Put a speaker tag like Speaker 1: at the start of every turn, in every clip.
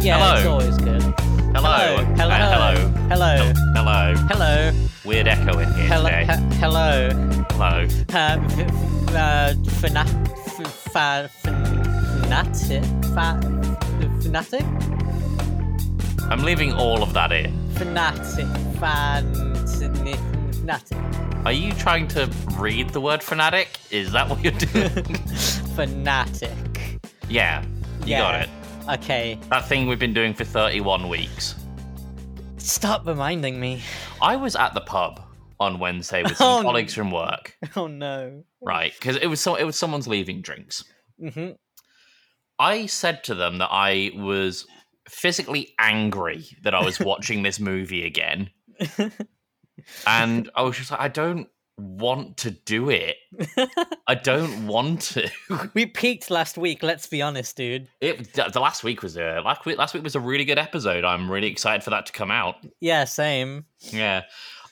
Speaker 1: Yeah,
Speaker 2: Hello.
Speaker 1: it's always good.
Speaker 2: Hello.
Speaker 1: Hello.
Speaker 2: Uh, hello.
Speaker 1: Hello.
Speaker 2: Hel- Hello.
Speaker 1: Hello.
Speaker 2: Weird echo in here
Speaker 1: Hello.
Speaker 2: today.
Speaker 1: he- Hello.
Speaker 2: Hello.
Speaker 1: Uh, v- v- uh, fana- f- fa- fanatic. fa- Fanatic.
Speaker 2: I'm leaving all of that in.
Speaker 1: Fanatic. Fanatic. Fanatic.
Speaker 2: Are you trying to read the word fanatic? Is that what you're doing?
Speaker 1: Fanatic.
Speaker 2: yeah. You got
Speaker 1: Yeah.
Speaker 2: it.
Speaker 1: Okay.
Speaker 2: That thing we've been doing for 31 weeks.
Speaker 1: Stop reminding me.
Speaker 2: I was at the pub on Wednesday with some
Speaker 1: Oh, no.
Speaker 2: colleagues from work,
Speaker 1: Oh no.
Speaker 2: right? Because it was so it was someone's leaving drinks.
Speaker 1: Mm-hmm.
Speaker 2: I said to them that I was physically angry that I was watching this movie again. and I was just like, I don't want to do it. I don't want to.
Speaker 1: We peaked last week. Let's be honest, dude.
Speaker 2: It, the the last week was a last week, last week was a really good episode. I'm really excited for that to come out.
Speaker 1: Yeah, same.
Speaker 2: Yeah.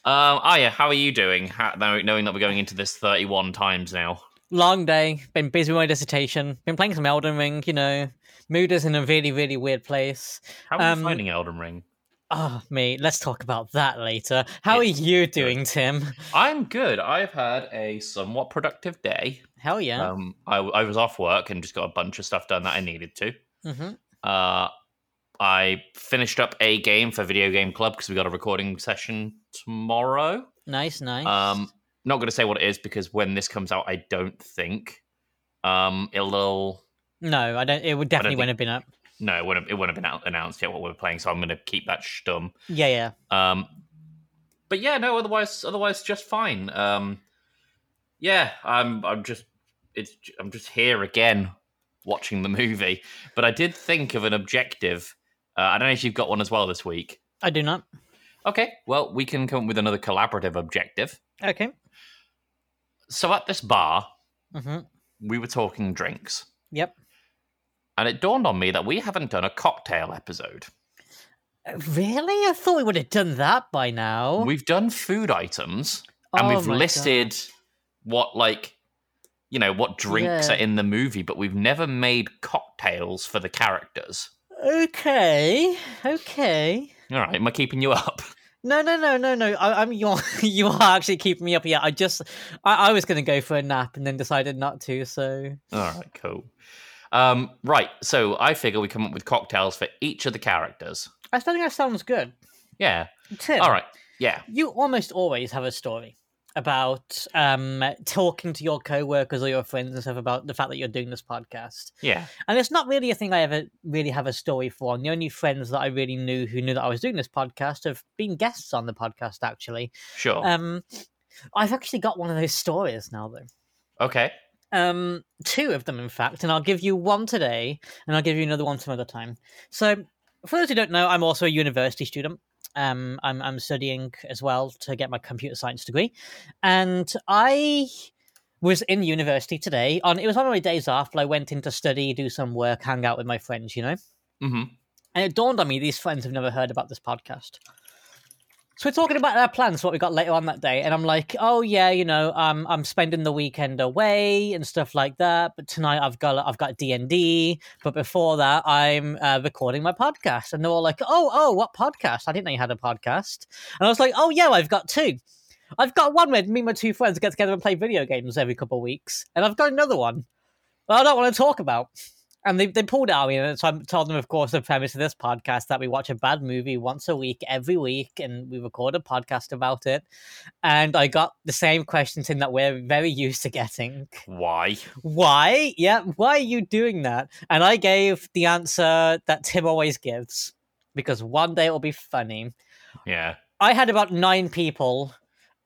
Speaker 2: Um, Aya, how are you doing? How, now- knowing that we're going into this 31 times now.
Speaker 1: Long day. Been busy with my dissertation. Been playing some Elden Ring. You know, mood is in a really, really weird place.
Speaker 2: How are
Speaker 1: Um,
Speaker 2: you finding Elden Ring?
Speaker 1: Oh, mate. Let's talk about that later. How are
Speaker 2: It's
Speaker 1: you doing, Tim?
Speaker 2: I'm good. I've had a somewhat productive day.
Speaker 1: Hell yeah.
Speaker 2: Um, I, I was off work and just got a bunch of stuff done that I needed to.
Speaker 1: hmm
Speaker 2: Uh, I finished up a game for Video Game Club because we got a recording session tomorrow.
Speaker 1: Nice, nice.
Speaker 2: Um, not going to say what it is because when this comes out, I don't think um, it'll.
Speaker 1: no, I don't. It would definitely
Speaker 2: think-
Speaker 1: wouldn't have been up.
Speaker 2: No, it wouldn't, it wouldn't have been out, announced yet what we're playing, so I'm going to keep that stum.
Speaker 1: Yeah, yeah.
Speaker 2: Um, but yeah, no. Otherwise, otherwise, just fine. Um, yeah, I'm. I'm just. It's. j- I'm just here again, watching the movie. But I did think of an objective. Uh, I don't know if you've got one as well this week.
Speaker 1: I do not.
Speaker 2: Okay, well, we can come up with another collaborative objective.
Speaker 1: Okay.
Speaker 2: So at this bar,
Speaker 1: hmm
Speaker 2: we were talking drinks,
Speaker 1: Yep.
Speaker 2: and it dawned on me that we haven't done a cocktail episode.
Speaker 1: Uh, Really? I thought we would have done that by now.
Speaker 2: We've done food items. and
Speaker 1: Oh
Speaker 2: we've
Speaker 1: my God.
Speaker 2: listed what like you know what drinks
Speaker 1: Yeah.
Speaker 2: are in the movie but we've never made cocktails for the characters
Speaker 1: Okay. Okay.
Speaker 2: all right am i keeping you up
Speaker 1: No, no, no, no, no. I, I'm you. You are actually keeping me up. Yeah, I just, I, I was going to go for a nap and then decided not to. So
Speaker 2: all right cool um right so i figure we come up with cocktails for each of the characters
Speaker 1: I still think that sounds good.
Speaker 2: yeah
Speaker 1: Tim,
Speaker 2: all right yeah
Speaker 1: you almost always have a story about um talking to your co-workers or your friends and stuff about the fact that you're doing this podcast.
Speaker 2: yeah
Speaker 1: And it's not really a thing I ever really have a story for. And the only friends that I really knew who knew that I was doing this podcast have been guests on the podcast. Actually,
Speaker 2: sure
Speaker 1: um, I've actually got one of those stories now though.
Speaker 2: okay
Speaker 1: Um, two of them, in fact, and I'll give you one today, and I'll give you another one some other time. So, for those who don't know, I'm also a university student. Um, I'm I'm studying as well to get my computer science degree, and I was in university today. On it was one of my days off, but I went in to study, do some work, hang out with my friends, you know.
Speaker 2: mm-hmm
Speaker 1: And it dawned on me these friends have never heard about this podcast. So we're talking about our plans, what we got later on that day, and I'm like, oh yeah, you know, um, I'm spending the weekend away and stuff like that. But tonight I've got I've got D and D. But before that, I'm uh, recording my podcast, and they're all like, oh oh, what podcast? I didn't know you had a podcast. And I was like, oh yeah, I've got two. I've got one where me and my two friends get together and play video games every couple of weeks, and I've got another one that I don't want to talk about. And they, they pulled out, you know, so I told them, of course, the premise of this podcast that we watch a bad movie once a week, every week, and we record a podcast about it. And I got the same questions in that we're very used to getting.
Speaker 2: why
Speaker 1: Why? Yeah, why are you doing that? And I gave the answer that Tim always gives because one day it'll be funny.
Speaker 2: yeah
Speaker 1: I had about nine people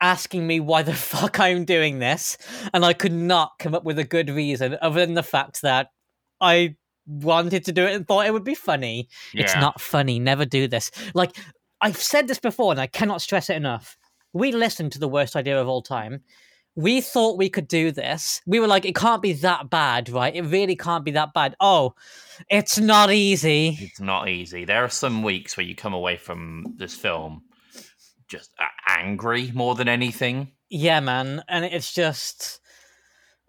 Speaker 1: asking me why the fuck I'm doing this, and I could not come up with a good reason other than the fact that I wanted to do it and thought it would be funny.
Speaker 2: yeah
Speaker 1: It's not funny. Never do this. Like, I've said this before, and I cannot stress it enough. We listened to the worst idea of all time. We thought we could do this. We were like, it can't be that bad, right? It really can't be that bad. Oh, it's not easy.
Speaker 2: it's not easy there are some weeks where you come away from this film just uh, angry more than anything
Speaker 1: Yeah, man, and it's just,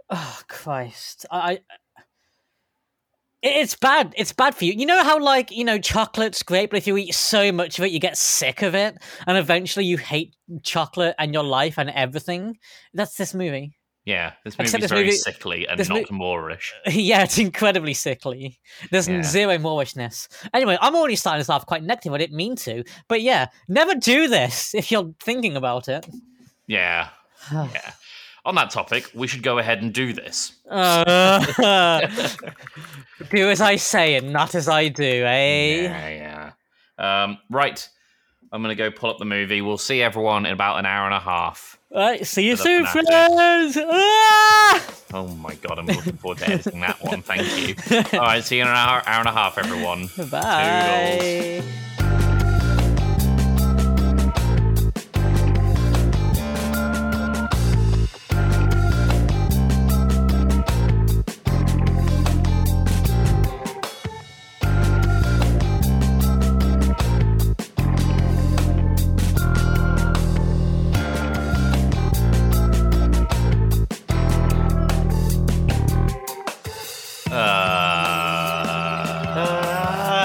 Speaker 1: oh Christ, I, I- It- It's bad. It's bad for you. You know how, like, you know, chocolate's great, but if you eat so much of it, you get sick of it, and eventually you hate chocolate and your life and everything. That's this movie.
Speaker 2: Yeah, this
Speaker 1: Except
Speaker 2: movie's
Speaker 1: this
Speaker 2: very
Speaker 1: movie-
Speaker 2: sickly and
Speaker 1: this
Speaker 2: not Moorish.
Speaker 1: yeah, it's incredibly sickly. There's
Speaker 2: Yeah.
Speaker 1: zero Moorishness. Anyway, I'm already starting to laugh quite negative. I didn't mean to, but yeah, never do this if you're thinking about it.
Speaker 2: Yeah, yeah. On that topic, we should go ahead and do this.
Speaker 1: Uh, do as I say and not as I do, eh?
Speaker 2: Yeah, yeah. Um, right, I'm gonna go pull up the movie. We'll see everyone in about an hour and a half.
Speaker 1: Right, see you
Speaker 2: For the
Speaker 1: soon,
Speaker 2: fanatic.
Speaker 1: friends. Ah!
Speaker 2: Oh my god, I'm looking forward to editing that one. Thank you. All right, see you in an hour, hour and a half, everyone.
Speaker 1: Bye.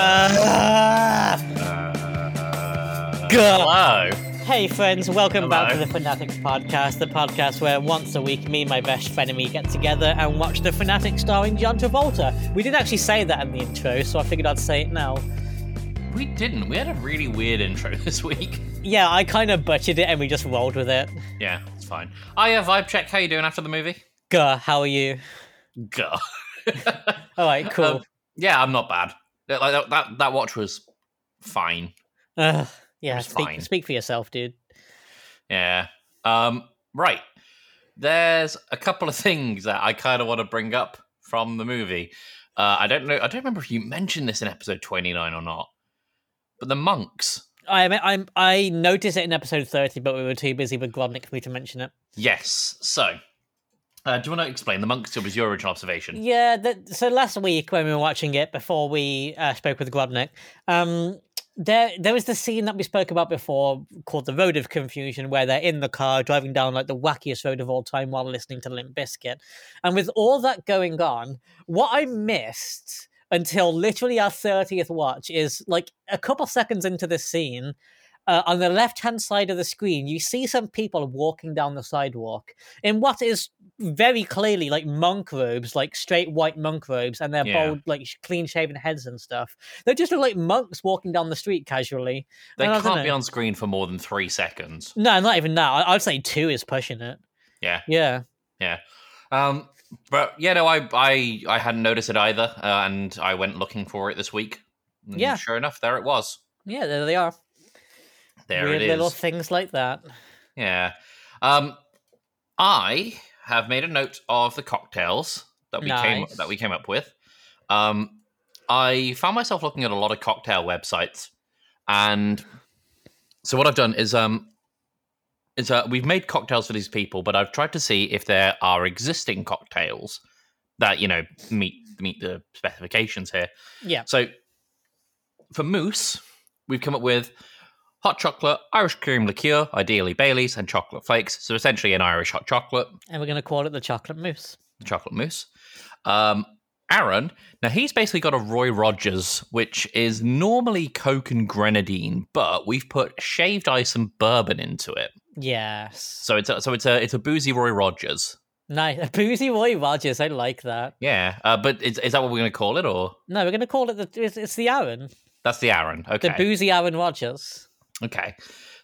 Speaker 1: Ah.
Speaker 2: uh,
Speaker 1: Go.
Speaker 2: hello.
Speaker 1: Hey friends, welcome back to
Speaker 2: Hello.
Speaker 1: the Fanatics Podcast, the podcast where once a week me and my best friend and me get together and watch The Fanatic starring John Travolta. We didn't actually say that in the intro, so I figured I'd say it now.
Speaker 2: We didn't. We had a really weird intro this week.
Speaker 1: Yeah, I kind of butchered it and we just rolled with it.
Speaker 2: Yeah, it's fine. Hiya, Vibe Check. How you doing after the movie?
Speaker 1: Gah, how are you?
Speaker 2: Gah.
Speaker 1: All right, cool.
Speaker 2: Um, yeah, I'm not bad. That- Like that, that, that watch was fine.
Speaker 1: Ugh, yeah,
Speaker 2: was
Speaker 1: speak,
Speaker 2: fine.
Speaker 1: speak for yourself, dude.
Speaker 2: Yeah. Um. Right. There's a couple of things that I kind of want to bring up from the movie. Uh, I don't know. I don't remember if you mentioned this in episode 29 or not. But the monks.
Speaker 1: I mean, I'm, I noticed it in episode 30, but we were too busy with Grodnick for me to mention it.
Speaker 2: Yes. So, uh, do you want to explain the monks? It was your original observation.
Speaker 1: Yeah, that, so last week when we were watching it before we uh, spoke with Grodnick, um, there there was the scene that we spoke about before called the Road of Confusion, where they're in the car driving down like the wackiest road of all time while listening to Limp Bizkit. And with all that going on, what I missed until literally our thirtieth watch is like a couple seconds into this scene. Uh, on the left hand side of the screen, you see some people walking down the sidewalk in what is very clearly like monk robes, like straight white monk robes, and they're
Speaker 2: Yeah.
Speaker 1: bold, like clean shaven heads and stuff. They just look like monks walking down the street casually.
Speaker 2: They
Speaker 1: And I
Speaker 2: can't
Speaker 1: don't
Speaker 2: be
Speaker 1: know.
Speaker 2: on screen for more than three seconds.
Speaker 1: No, not even that. I- I'd say two is pushing it.
Speaker 2: Yeah.
Speaker 1: Yeah.
Speaker 2: Um, but yeah, no, I I I hadn't noticed it either, uh, and I went looking for it this week. And
Speaker 1: Yeah.
Speaker 2: sure enough, there it was.
Speaker 1: Yeah, there they are.
Speaker 2: There
Speaker 1: Weird
Speaker 2: it is.
Speaker 1: little things like that.
Speaker 2: Yeah. Um, I have made a note of the cocktails that we came
Speaker 1: Nice.
Speaker 2: that we came up with. Um, I found myself looking at a lot of cocktail websites, and so what I've done is um, is uh, we've made cocktails for these people, but I've tried to see if there are existing cocktails that you know meet meet the specifications here.
Speaker 1: Yeah.
Speaker 2: So for mousse, we've come up with hot chocolate, Irish cream liqueur, ideally Bailey's, and chocolate flakes. So essentially an Irish hot chocolate,
Speaker 1: And we're going to call it the chocolate mousse.
Speaker 2: chocolate mousse. Um, Aaron, now he's basically got a Roy Rogers, which is normally Coke and grenadine, but we've put shaved ice and bourbon into it.
Speaker 1: Yes.
Speaker 2: So it's a, so it's a it's a boozy Roy Rogers.
Speaker 1: Nice. Boozy Roy Rogers. I like that.
Speaker 2: Yeah, uh, but is, is that what we're going to call it, or
Speaker 1: No, we're going to call it the. It's, it's the Aaron.
Speaker 2: that's the Aaron? Okay,
Speaker 1: The Boozy Aaron Rogers.
Speaker 2: Okay.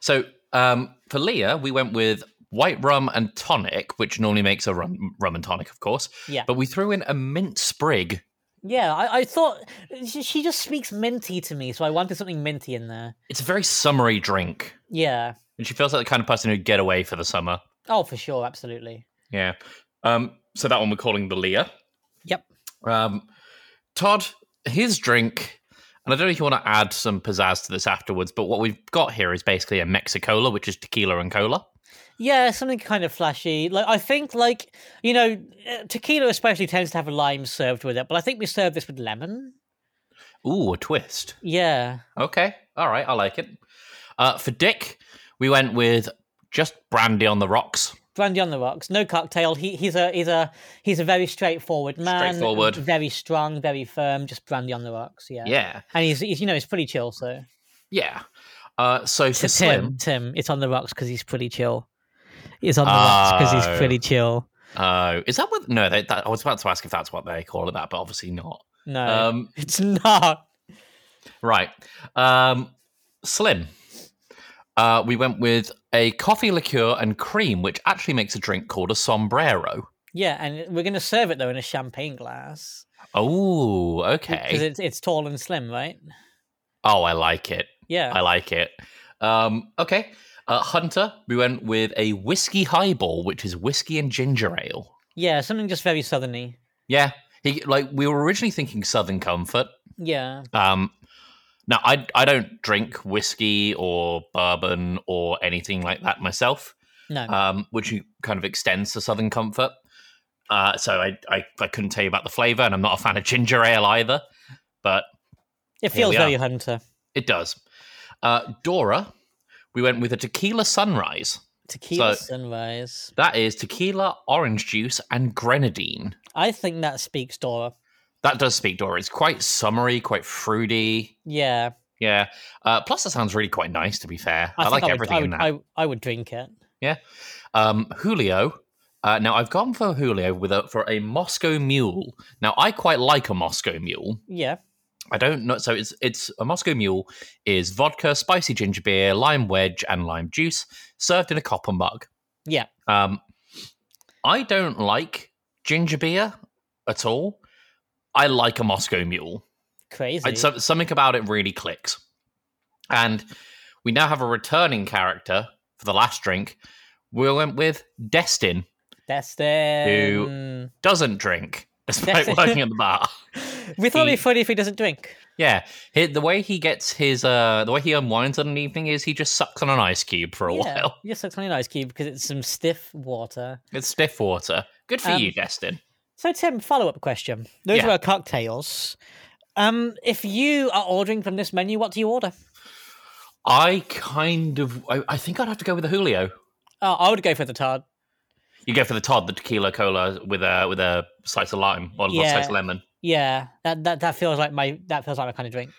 Speaker 2: So um, for Leah, we went with white rum and tonic, which normally makes a rum, rum and tonic, of course.
Speaker 1: Yeah.
Speaker 2: But we threw in a mint sprig.
Speaker 1: Yeah, I, I thought she, she just speaks minty to me, so I wanted something minty in there.
Speaker 2: It's a very summery drink.
Speaker 1: Yeah.
Speaker 2: And she feels like the kind of person who'd get away for the summer.
Speaker 1: Oh, for sure. Absolutely.
Speaker 2: Yeah. Um, so that one we're calling the Leah.
Speaker 1: Yep.
Speaker 2: Um, Todd, his drink, and I don't know if you want to add some pizzazz to this afterwards, but what we've got here is basically a Mexicola, which is tequila and cola.
Speaker 1: Yeah, something kind of flashy. Like I think, like you know, uh, tequila especially tends to have a lime served with it, but I think we serve this with lemon.
Speaker 2: Ooh, a twist.
Speaker 1: Yeah,
Speaker 2: Okay. All right. I like it. Uh, for Dick, we went with just brandy on the rocks.
Speaker 1: Brandy on the rocks, no cocktail. He he's a he's a he's a very straightforward man.
Speaker 2: Straightforward.
Speaker 1: Very strong, very firm. Just brandy on the rocks. Yeah.
Speaker 2: Yeah.
Speaker 1: And he's, he's you know he's pretty chill. So
Speaker 2: Yeah. Uh, so for
Speaker 1: Tim
Speaker 2: Slim,
Speaker 1: Tim, it's on the rocks because he's pretty chill. It's on the rocks because
Speaker 2: Oh.
Speaker 1: he's pretty chill.
Speaker 2: uh, is that what? No, they, that, I was about to ask if that's what they call it, that, but obviously not.
Speaker 1: No,
Speaker 2: Um,
Speaker 1: it's not.
Speaker 2: right. Um, slim. Uh, we went with a coffee liqueur and cream, which actually makes a drink called a sombrero.
Speaker 1: Yeah, and we're gonna serve it though in a champagne glass
Speaker 2: Oh,
Speaker 1: because
Speaker 2: okay.
Speaker 1: it's it's tall and slim, right?
Speaker 2: Oh, I like it.
Speaker 1: Yeah.
Speaker 2: I like it. Um, okay. Uh, Hunter, we went with a whiskey highball, which is whiskey and ginger ale.
Speaker 1: Yeah, something just very southerny.
Speaker 2: Yeah. He, like we were originally thinking Southern Comfort.
Speaker 1: Yeah.
Speaker 2: Um, now I I don't drink whiskey or bourbon or anything like that myself,
Speaker 1: No.
Speaker 2: um, which kind of extends to Southern Comfort. Uh, so I, I I couldn't tell you about the flavor, and I'm not a fan of ginger ale either, but
Speaker 1: it
Speaker 2: here we
Speaker 1: feels very
Speaker 2: are.
Speaker 1: hunter.
Speaker 2: it does. Uh, Dora, we went with a tequila sunrise.
Speaker 1: Tequila
Speaker 2: So-
Speaker 1: sunrise.
Speaker 2: That is tequila, orange juice, and grenadine.
Speaker 1: I think that speaks Dora.
Speaker 2: That does speak Dora. It's quite summery, quite fruity.
Speaker 1: Yeah.
Speaker 2: Yeah. Uh, plus, that sounds really quite nice. To be fair, I,
Speaker 1: think
Speaker 2: like
Speaker 1: would-
Speaker 2: everything
Speaker 1: I would,
Speaker 2: in that.
Speaker 1: I, I would drink it.
Speaker 2: Um, Julio. Uh, now I've gone for Julio with a, for a Moscow Mule. Now I quite like a Moscow Mule.
Speaker 1: Yeah.
Speaker 2: I don't know. So it's it's a Moscow Mule is vodka, spicy ginger beer, lime wedge, and lime juice served in a copper mug.
Speaker 1: Yeah.
Speaker 2: Um, I don't like ginger beer at all. I like a Moscow Mule.
Speaker 1: Crazy.
Speaker 2: I, so, something about it really clicks. And we now have a returning character for the last drink. We went with Destin.
Speaker 1: Destin.
Speaker 2: Doesn't drink despite
Speaker 1: Destin-
Speaker 2: working at the bar.
Speaker 1: We thought it'd
Speaker 2: he-
Speaker 1: be funny if he doesn't drink.
Speaker 2: Yeah, he, the way he gets his uh, the way he unwinds on an evening is he just sucks on an ice cube for a
Speaker 1: yeah.
Speaker 2: while.
Speaker 1: Yes, it's only an ice cube because it's some stiff water.
Speaker 2: It's stiff water. Good for
Speaker 1: Um,
Speaker 2: you, Destin.
Speaker 1: So, Tim, follow up question. Those
Speaker 2: Yeah.
Speaker 1: were cocktails. Um, if you are ordering from this menu, what do you order?
Speaker 2: I kind of I, I think I'd have to go with a Julio.
Speaker 1: Oh, I would go for the tard.
Speaker 2: You go for the Todd, the tequila cola with a with a slice of lime or a slice
Speaker 1: Yeah.
Speaker 2: of lemon.
Speaker 1: Yeah, that, that that feels like my that feels like my kind of drink.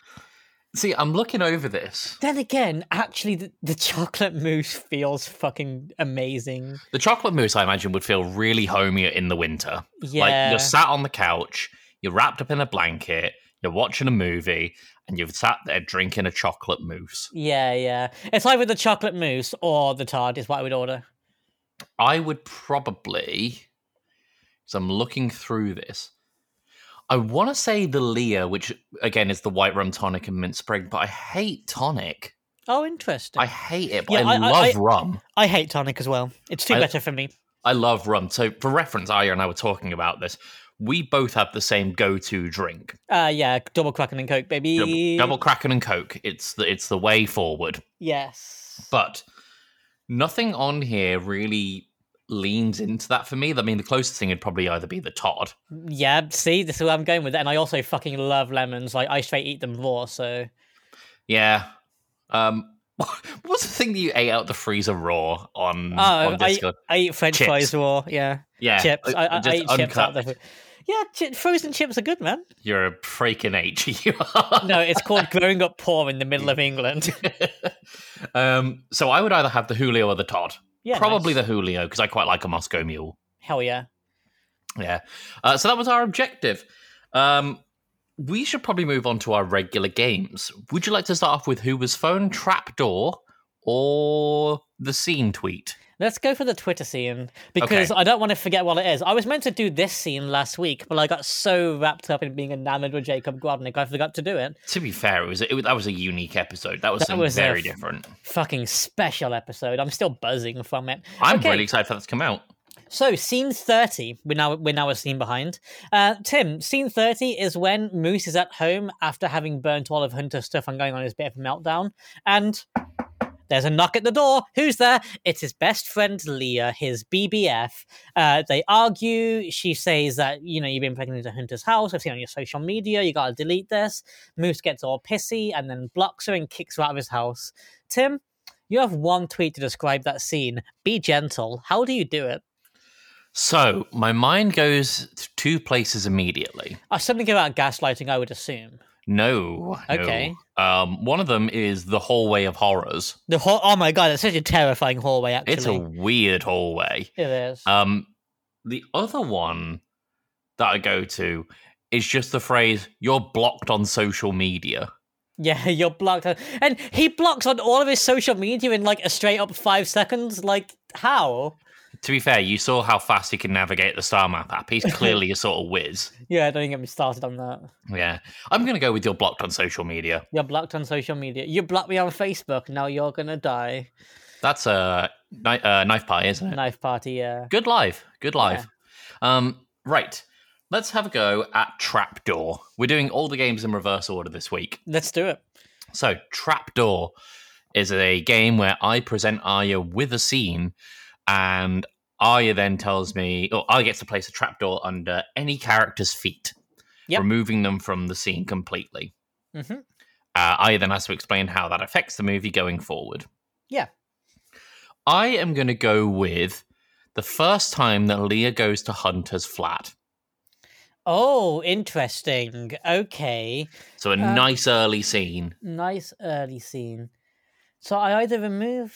Speaker 2: See, I'm looking over this.
Speaker 1: Then again, actually, the, the chocolate mousse feels fucking amazing.
Speaker 2: The chocolate mousse, I imagine, would feel really homey in the winter.
Speaker 1: Yeah,
Speaker 2: Like you're sat on the couch, you're wrapped up in a blanket, you're watching a movie, and you've sat there drinking a chocolate mousse.
Speaker 1: yeah, yeah. It's either the chocolate mousse or the tard is what I would order.
Speaker 2: I would probably, as I'm looking through this, I want to say the Leah, which again is the white rum tonic and mint sprig, but I hate tonic.
Speaker 1: Oh, interesting.
Speaker 2: I
Speaker 1: I,
Speaker 2: hate it, but
Speaker 1: Yeah,
Speaker 2: I,
Speaker 1: I- I-
Speaker 2: love
Speaker 1: I-
Speaker 2: rum.
Speaker 1: hate tonic as well. It's too
Speaker 2: I-
Speaker 1: better for me.
Speaker 2: I love rum. So, for reference, Aya and I were talking about this. We both have the same go-to drink,
Speaker 1: Uh, yeah, double cracking and coke, baby.
Speaker 2: double, double Kraken and Coke. It's the it's the way forward.
Speaker 1: Yes.
Speaker 2: But nothing on here really leans into that for me. I mean, the closest thing would probably either be the Todd.
Speaker 1: yeah, see, this is where I'm going with it. And I also fucking love lemons. Like I straight eat them raw. So
Speaker 2: Yeah. Um, what was the thing that you ate out the freezer raw on,
Speaker 1: Oh,
Speaker 2: on Discord?
Speaker 1: I eat French
Speaker 2: Chips.
Speaker 1: fries raw. Yeah,
Speaker 2: yeah,
Speaker 1: chips. I, I, I
Speaker 2: just
Speaker 1: eat chips out
Speaker 2: uncut.
Speaker 1: there. Yeah, chi- frozen chips are good, man.
Speaker 2: You're a freaking H. You are.
Speaker 1: No, it's called growing up poor in the middle of England.
Speaker 2: um, so I would either have the Julio or the Todd.
Speaker 1: Yeah,
Speaker 2: probably the Julio because I quite like a Moscow Mule.
Speaker 1: the hell yeah.
Speaker 2: Yeah. Uh, so that was our objective. Um, we should probably move on to our regular games. Would you like to start off with who was phone trapdoor or the scene tweet?
Speaker 1: Let's go for the Twitter scene because I don't want to forget what it is. I was meant to do this scene last week, but I got so wrapped up in being enamored with Jacob Grodnick, I forgot to do it.
Speaker 2: To be fair, it was, it was that was a unique episode. That was
Speaker 1: That
Speaker 2: something
Speaker 1: was a
Speaker 2: very
Speaker 1: f-
Speaker 2: different.
Speaker 1: Fucking special episode. I'm still buzzing from it.
Speaker 2: I'm
Speaker 1: Okay.
Speaker 2: really excited for that to come out.
Speaker 1: So scene thirty, we're now we're now a scene behind. Uh, Tim, scene thirty is when Moose is at home after having burnt all of Hunter's stuff and going on his bit of a meltdown, and there's a knock at the door. Who's there? It's his best friend Leah, his BBF. Uh, they argue. She says that you know you've been pregnant into Hunter's house. I've seen on your social media. You gotta delete this. Moose gets all pissy and then blocks her and kicks her out of his house. Tim, You have one tweet to describe that scene. Be gentle. How do you do it?
Speaker 2: So my mind goes to two places immediately.
Speaker 1: Uh, something about gaslighting, I would assume.
Speaker 2: No. no.
Speaker 1: Okay.
Speaker 2: Um, one of them is the hallway of horrors.
Speaker 1: The hall- oh my god, it's such a terrifying hallway. Actually,
Speaker 2: It's a weird hallway.
Speaker 1: It is.
Speaker 2: Um, the other one that I go to is just the phrase "you're blocked on social media."
Speaker 1: yeah, you're blocked, on- and he blocks on all of his social media in like a straight up five seconds. Like how?
Speaker 2: To be fair, you saw how fast he can navigate the star map app. He's clearly a sort of whiz.
Speaker 1: Yeah, don't even get me started on that.
Speaker 2: Yeah, I'm gonna go with "you're blocked on social media."
Speaker 1: You're blocked on social media. You blocked me on Facebook. Now you're gonna die.
Speaker 2: That's a kni- uh, knife pie, isn't it?
Speaker 1: Knife party. Yeah.
Speaker 2: Good live. Good live. Um, right. Let's have a go at Trapdoor. We're doing all the games in reverse order this week.
Speaker 1: Let's do it.
Speaker 2: So, Trapdoor is a game where I present Arya with a scene, and Arya then tells me, or Arya gets to place a trapdoor under any character's feet,
Speaker 1: Yep.
Speaker 2: removing them from the scene completely.
Speaker 1: hmm
Speaker 2: Uh, Arya then has to explain how that affects the movie going forward.
Speaker 1: Yeah.
Speaker 2: I am going to go with the first time that Leah goes to Hunter's flat.
Speaker 1: Oh, interesting. Okay.
Speaker 2: So a
Speaker 1: Uh,
Speaker 2: nice early scene.
Speaker 1: Nice early scene. So I either remove.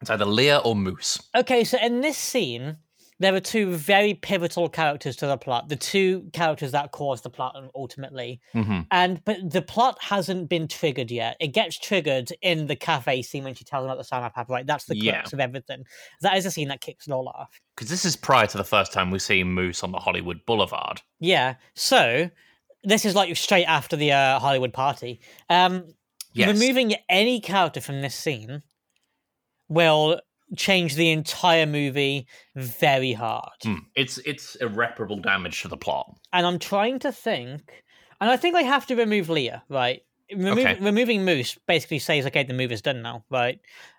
Speaker 2: It's either Leah or Moose.
Speaker 1: Okay, so in this scene, there are two very pivotal characters to the plot. The two characters that cause the plot ultimately.
Speaker 2: hmm
Speaker 1: And but the plot hasn't been triggered yet. It gets triggered in the cafe scene when she tells him about the sign up right? That's the
Speaker 2: Yeah.
Speaker 1: crux of everything. That is the scene that kicks it all off.
Speaker 2: Because this is prior to the first time we see Moose on the Hollywood Boulevard.
Speaker 1: Yeah. So this is like straight after the uh, Hollywood party. Um,
Speaker 2: Yes.
Speaker 1: Removing any character from this scene will change the entire movie very hard.
Speaker 2: Hmm. It's it's irreparable damage to the plot.
Speaker 1: And I'm trying to think, and I think I have to remove Leah, right? Remove,
Speaker 2: Okay.
Speaker 1: Removing Moose basically says, okay, the movie's done now, right?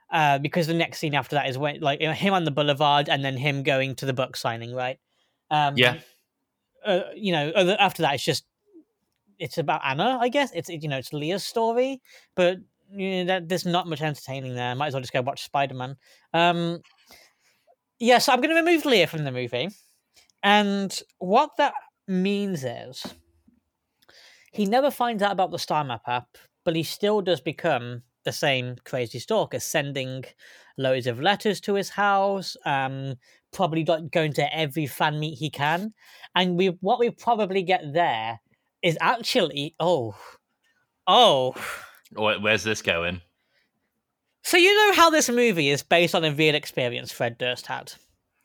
Speaker 1: Uh, because the next scene after that is when, like, him on the boulevard and then him going to the book signing, right? Um,
Speaker 2: Yeah.
Speaker 1: uh, you know, other- after that, it's just it's about Anna, I guess. It's you know, it's Leah's story, but you know, that, there's not much entertaining there. Might as well just go watch Spider Man. Um, yeah, so I'm going to remove Leah from the movie, and what that means is he never finds out about the Star Map app, but he still does become the same crazy stalker, sending loads of letters to his house. Um, probably not going to every fan meet he can. And we what we probably get there is actually oh oh.
Speaker 2: Wh- Where's this going?
Speaker 1: So you know how this movie is based on a real experience Fred Durst had,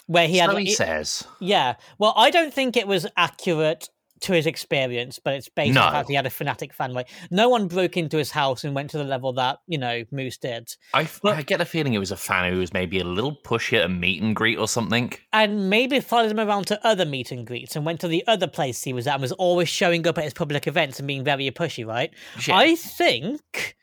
Speaker 1: where he had
Speaker 2: so he
Speaker 1: it-
Speaker 2: says.
Speaker 1: yeah. Well, I don't think it was accurate to his experience, but it's based on
Speaker 2: No.
Speaker 1: the fact he had a fanatic fanboy. No one broke into his house and went to the level that you know Moose did.
Speaker 2: I, f-
Speaker 1: Well-
Speaker 2: I get a feeling it was a fan who was maybe a little pushy at a meet and greet or something.
Speaker 1: and maybe followed him around to other meet and greets and went to the other place he was at and was always showing up at his public events and being very pushy, right?
Speaker 2: Shit.
Speaker 1: I think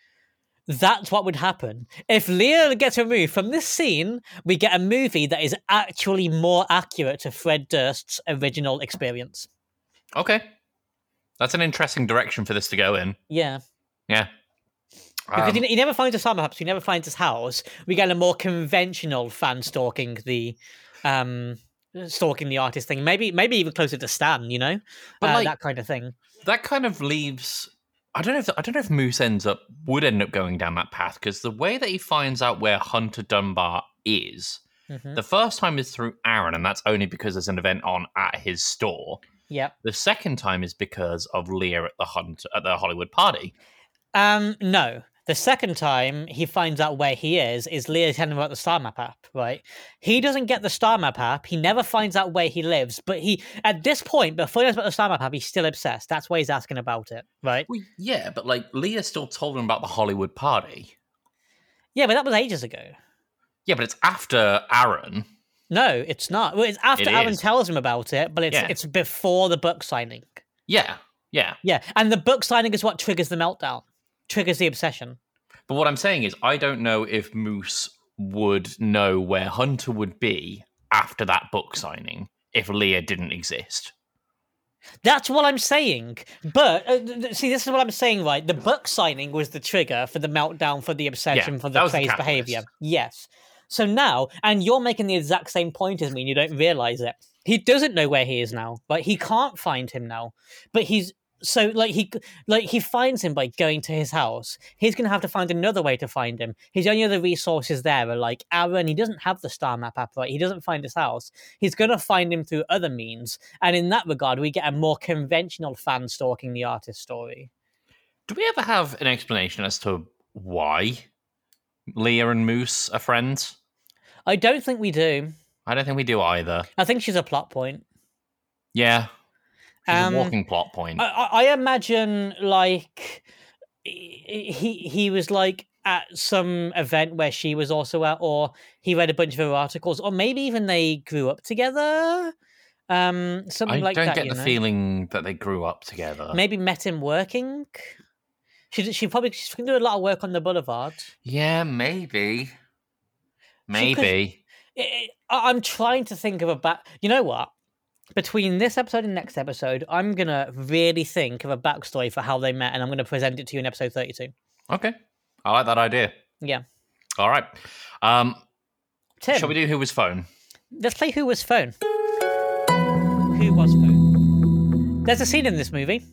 Speaker 1: that's what would happen. If Leah gets removed from this scene, we get a movie that is actually more accurate to Fred Durst's original experience.
Speaker 2: Okay. That's an interesting direction for this to go in.
Speaker 1: Yeah.
Speaker 2: Yeah.
Speaker 1: Because
Speaker 2: Um,
Speaker 1: he, he never finds a summer house, he never finds his house. We get a more conventional fan stalking the um stalking the artist thing. Maybe maybe even closer to Stan, you know?
Speaker 2: But,
Speaker 1: Uh,
Speaker 2: like-
Speaker 1: that kind of thing.
Speaker 2: that kind of leaves. I don't know if I don't know if Moose ends up would end up going down that path because the way that he finds out where Hunter Dunbar is,
Speaker 1: Mhm.
Speaker 2: the first time is through Aaron, and that's only because there's an event on at his store.
Speaker 1: Yep.
Speaker 2: The second time is because of Leah at the hunt at the Hollywood party.
Speaker 1: Um, no. The second time he finds out where he is, is Leah telling him about the star map app, right? He doesn't get the star map app. He never finds out where he lives, but he, at this point, before he knows about the star map app, he's still obsessed. That's why he's asking about it, right?
Speaker 2: Well, yeah, but like Leah still told him about the Hollywood party.
Speaker 1: Yeah, but that was ages ago.
Speaker 2: Yeah, but it's after Aaron.
Speaker 1: No, it's not. Well, it's after
Speaker 2: It
Speaker 1: Aaron
Speaker 2: is.
Speaker 1: tells him about it, but it's
Speaker 2: Yeah.
Speaker 1: it's before the book signing.
Speaker 2: Yeah, yeah.
Speaker 1: Yeah, and the book signing is what triggers the meltdown, triggers the obsession.
Speaker 2: But what I'm saying is, I don't know if Moose would know where Hunter would be after that book signing if Leah didn't exist.
Speaker 1: That's what I'm saying. But uh, th- th- see, this is what I'm saying, right? The book signing was the trigger for the meltdown, for the obsession, for
Speaker 2: that
Speaker 1: the
Speaker 2: was the
Speaker 1: crazed
Speaker 2: catalyst.
Speaker 1: behavior. Yes. So now, and you're making the exact same point as me, and you don't realize it. He doesn't know where he is now. Like he can't find him now. But he's so like he like he finds him by going to his house. He's gonna have to find another way to find him. His only other resources there are like Aaron. He doesn't have the star map app, right? He doesn't find his house. He's gonna find him through other means. And in that regard, we get a more conventional fan stalking the artist story.
Speaker 2: Do we ever have an explanation as to why Leah and Moose are friends?
Speaker 1: I don't think we do.
Speaker 2: I don't think we do either.
Speaker 1: I think she's a plot point.
Speaker 2: Yeah. She's
Speaker 1: Um,
Speaker 2: a walking plot point.
Speaker 1: I, I- I imagine like he he- he was like at some event where she was also at, or he read a bunch of her articles, or maybe even they grew up together. Um,
Speaker 2: I
Speaker 1: something like
Speaker 2: don't
Speaker 1: that.
Speaker 2: get
Speaker 1: you
Speaker 2: the
Speaker 1: know?
Speaker 2: feeling that they grew up together.
Speaker 1: Maybe met him working. She d- she probably she's gonna do a lot of work on the boulevard.
Speaker 2: Yeah, maybe.
Speaker 1: She could-
Speaker 2: Maybe.
Speaker 1: I- I- I'm trying to think of a back. You know what? Between this episode and next episode, I'm gonna really think of a backstory for how they met, and I'm gonna present it to you in episode 32.
Speaker 2: Okay. I like that idea.
Speaker 1: Yeah.
Speaker 2: All right. Um,
Speaker 1: Tim,
Speaker 2: shall we do who was phone?
Speaker 1: Let's play Who Was Phone. Who Was Phone? There's a scene in this movie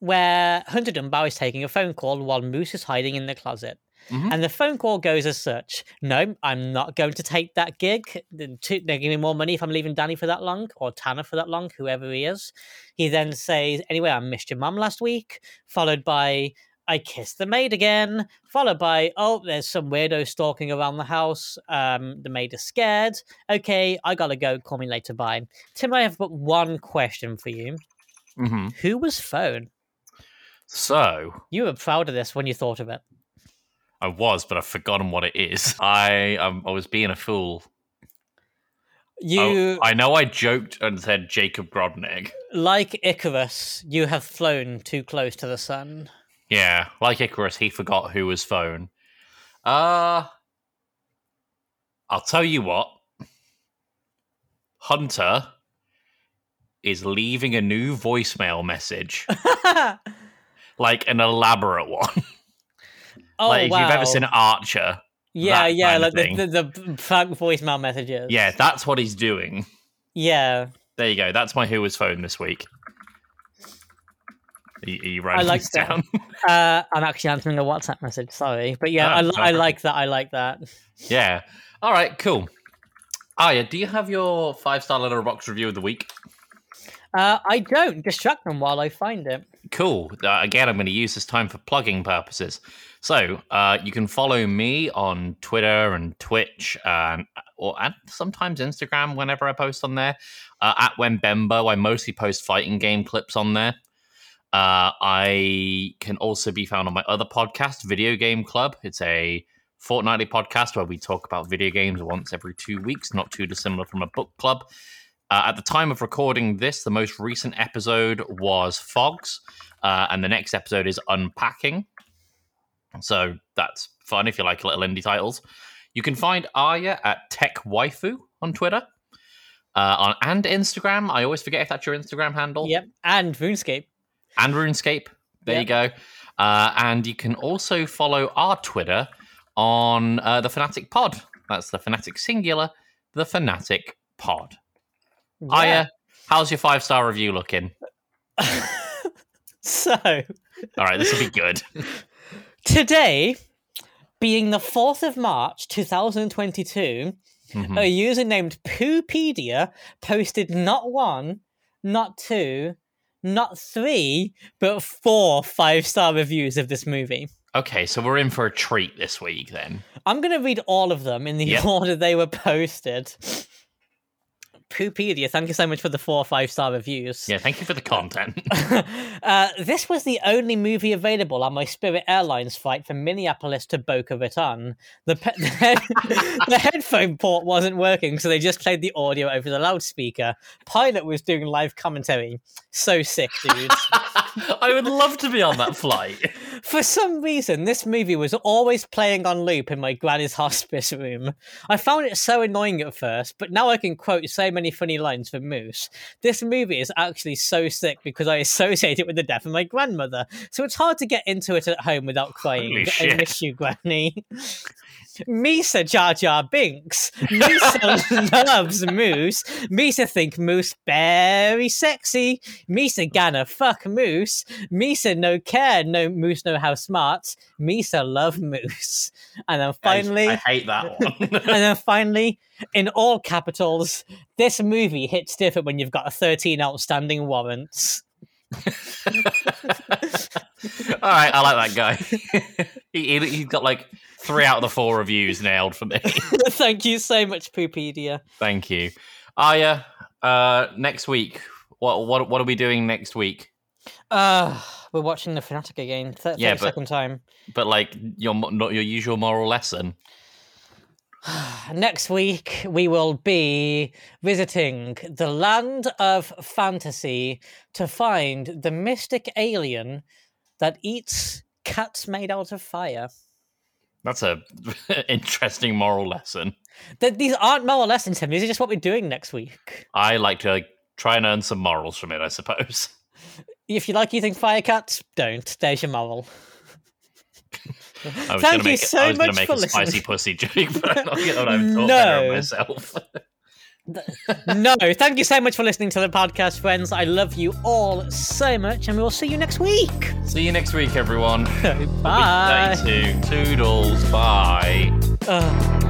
Speaker 1: where Hunter Dunbar is taking a phone call while Moose is hiding in the closet.
Speaker 2: Mhm.
Speaker 1: And the phone call goes as such No, I'm not going to take that gig. They're too- they're giving me more money if I'm leaving Danny for that long or Tanner for that long, whoever he is. He then says, Anyway, I missed your mum last week, followed by, I kissed the maid again, followed by, Oh, there's some weirdo stalking around the house. Um, the maid is scared okay, I gotta go. Call me later. Bye. Tim, I have but one question for you.
Speaker 2: Mm-hmm.
Speaker 1: Who was phone?
Speaker 2: So
Speaker 1: You were proud of this when you thought of it.
Speaker 2: I was, but I've forgotten what it is. I um, I was being a fool. I-
Speaker 1: You,
Speaker 2: Oh, I, know I joked and said Jacob Grodnick.
Speaker 1: like Icarus, you have flown too close to the sun.
Speaker 2: Yeah, like Icarus, he forgot who was phone. Uh I'll tell you what. Hunter is leaving a new voicemail message,
Speaker 1: oh
Speaker 2: like an elaborate one. like if
Speaker 1: Oh, wow!
Speaker 2: you've ever seen Archer,
Speaker 1: yeah,
Speaker 2: that
Speaker 1: yeah,
Speaker 2: kind
Speaker 1: like
Speaker 2: of
Speaker 1: the,
Speaker 2: thing.
Speaker 1: the the prank voicemail messages.
Speaker 2: yeah, that's what he's doing.
Speaker 1: yeah.
Speaker 2: There you go. That's my who was phone this week. Are you, are you writing
Speaker 1: like
Speaker 2: this
Speaker 1: that.
Speaker 2: down?
Speaker 1: Uh, I'm actually answering a WhatsApp message. Sorry, but yeah,
Speaker 2: Ah,
Speaker 1: I, li-
Speaker 2: no
Speaker 1: I
Speaker 2: problem.
Speaker 1: like that. I like that.
Speaker 2: yeah. All right. Cool. Aya, do you have your five star letterbox review of the week?
Speaker 1: Uh, I don't distract them while I find it.
Speaker 2: Cool. Uh, again, I'm going to use this time for plugging purposes. So uh, you can follow me on Twitter and Twitch, and or and sometimes Instagram whenever I post on there. Uh, at Wembembo, I mostly post fighting game clips on there. Uh, I can also be found on my other podcast, Video Game Club. It's a fortnightly podcast where we talk about video games once every two weeks, not too dissimilar from a book club. Uh, at the time of recording this, the most recent episode was Fogs, uh, and the next episode is Unpacking. So that's fun if you like little indie titles. You can find Aya at Tech Waifu on Twitter uh, on and Instagram. I always forget if that's your Instagram handle
Speaker 1: Yep, and RuneScape.
Speaker 2: and RuneScape. There you go. Uh, and you can also follow our Twitter on uh, the Fanatic Pod. That's the Fanatic Singular, the Fanatic Pod. Aya, how's your five star review looking?
Speaker 1: Yeah. so.
Speaker 2: All right, this will be good.
Speaker 1: Today, being the 4th of March 2022,
Speaker 2: Mhm.
Speaker 1: a user named Poopedia posted not one, not two, not three, but four five star reviews of this movie.
Speaker 2: Okay, so we're in for a treat this week then.
Speaker 1: I'm going to read all of them in the
Speaker 2: Yep.
Speaker 1: order they were posted. Poopedia, thank you so much for the four five star reviews.
Speaker 2: Yeah, thank you for the content.
Speaker 1: uh, this was the only movie available on my Spirit Airlines flight from Minneapolis to Boca Raton. The, pe- the, head- the headphone port wasn't working, so they just played the audio over the loudspeaker. Pilot was doing live commentary. So sick, dude.
Speaker 2: I would love to be on that flight.
Speaker 1: For some reason, this movie was always playing on loop in my granny's hospice room. I found it so annoying at first, but now I can quote so many funny lines from Moose. This movie is actually so sick because I associate it with the death of my grandmother, so it's hard to get into it at home without crying.
Speaker 2: Holy
Speaker 1: I
Speaker 2: shit.
Speaker 1: miss you, Granny. Misa Jar Jar Binks. Misa loves Moose. Misa think Moose very sexy. Misa Ganna fuck Moose. Misa no care, no Moose know how smart. Misa love Moose. And then
Speaker 2: I-
Speaker 1: finally,
Speaker 2: I, hate that one.
Speaker 1: and then finally, in all capitals, this movie hits different when you've got 13 outstanding warrants.
Speaker 2: All right, I like that guy. he, he, he's got like three out of the four reviews nailed for me.
Speaker 1: Thank you so much, Poopedia.
Speaker 2: Thank you. Aya, uh, next week, what, what what are we doing next week?
Speaker 1: Uh, we're watching The Fanatic again, th-
Speaker 2: Yeah,
Speaker 1: yeah,
Speaker 2: but-
Speaker 1: time.
Speaker 2: But like your mo- not your usual moral lesson.
Speaker 1: Next week, we will be visiting the land of fantasy to find the mystic alien that eats cats made out of fire.
Speaker 2: That's a interesting moral lesson.
Speaker 1: Th- these aren't moral lessons, Tim. These are just what we're doing next week.
Speaker 2: I like to like, try and earn some morals from it, I suppose.
Speaker 1: If you like eating fire cats, don't. There's your moral.
Speaker 2: I was
Speaker 1: Thank
Speaker 2: gonna
Speaker 1: you
Speaker 2: make,
Speaker 1: so
Speaker 2: I was
Speaker 1: much
Speaker 2: gonna make
Speaker 1: for
Speaker 2: a spicy
Speaker 1: listening.
Speaker 2: pussy joke, but I'm not gonna I'm thought better of
Speaker 1: No.
Speaker 2: myself.
Speaker 1: no, thank you so much for listening to the podcast, friends. I love you all so much, and we will see you next week.
Speaker 2: See you next week, everyone.
Speaker 1: Bye.
Speaker 2: Week 32. Toodles. Bye.
Speaker 1: Ugh.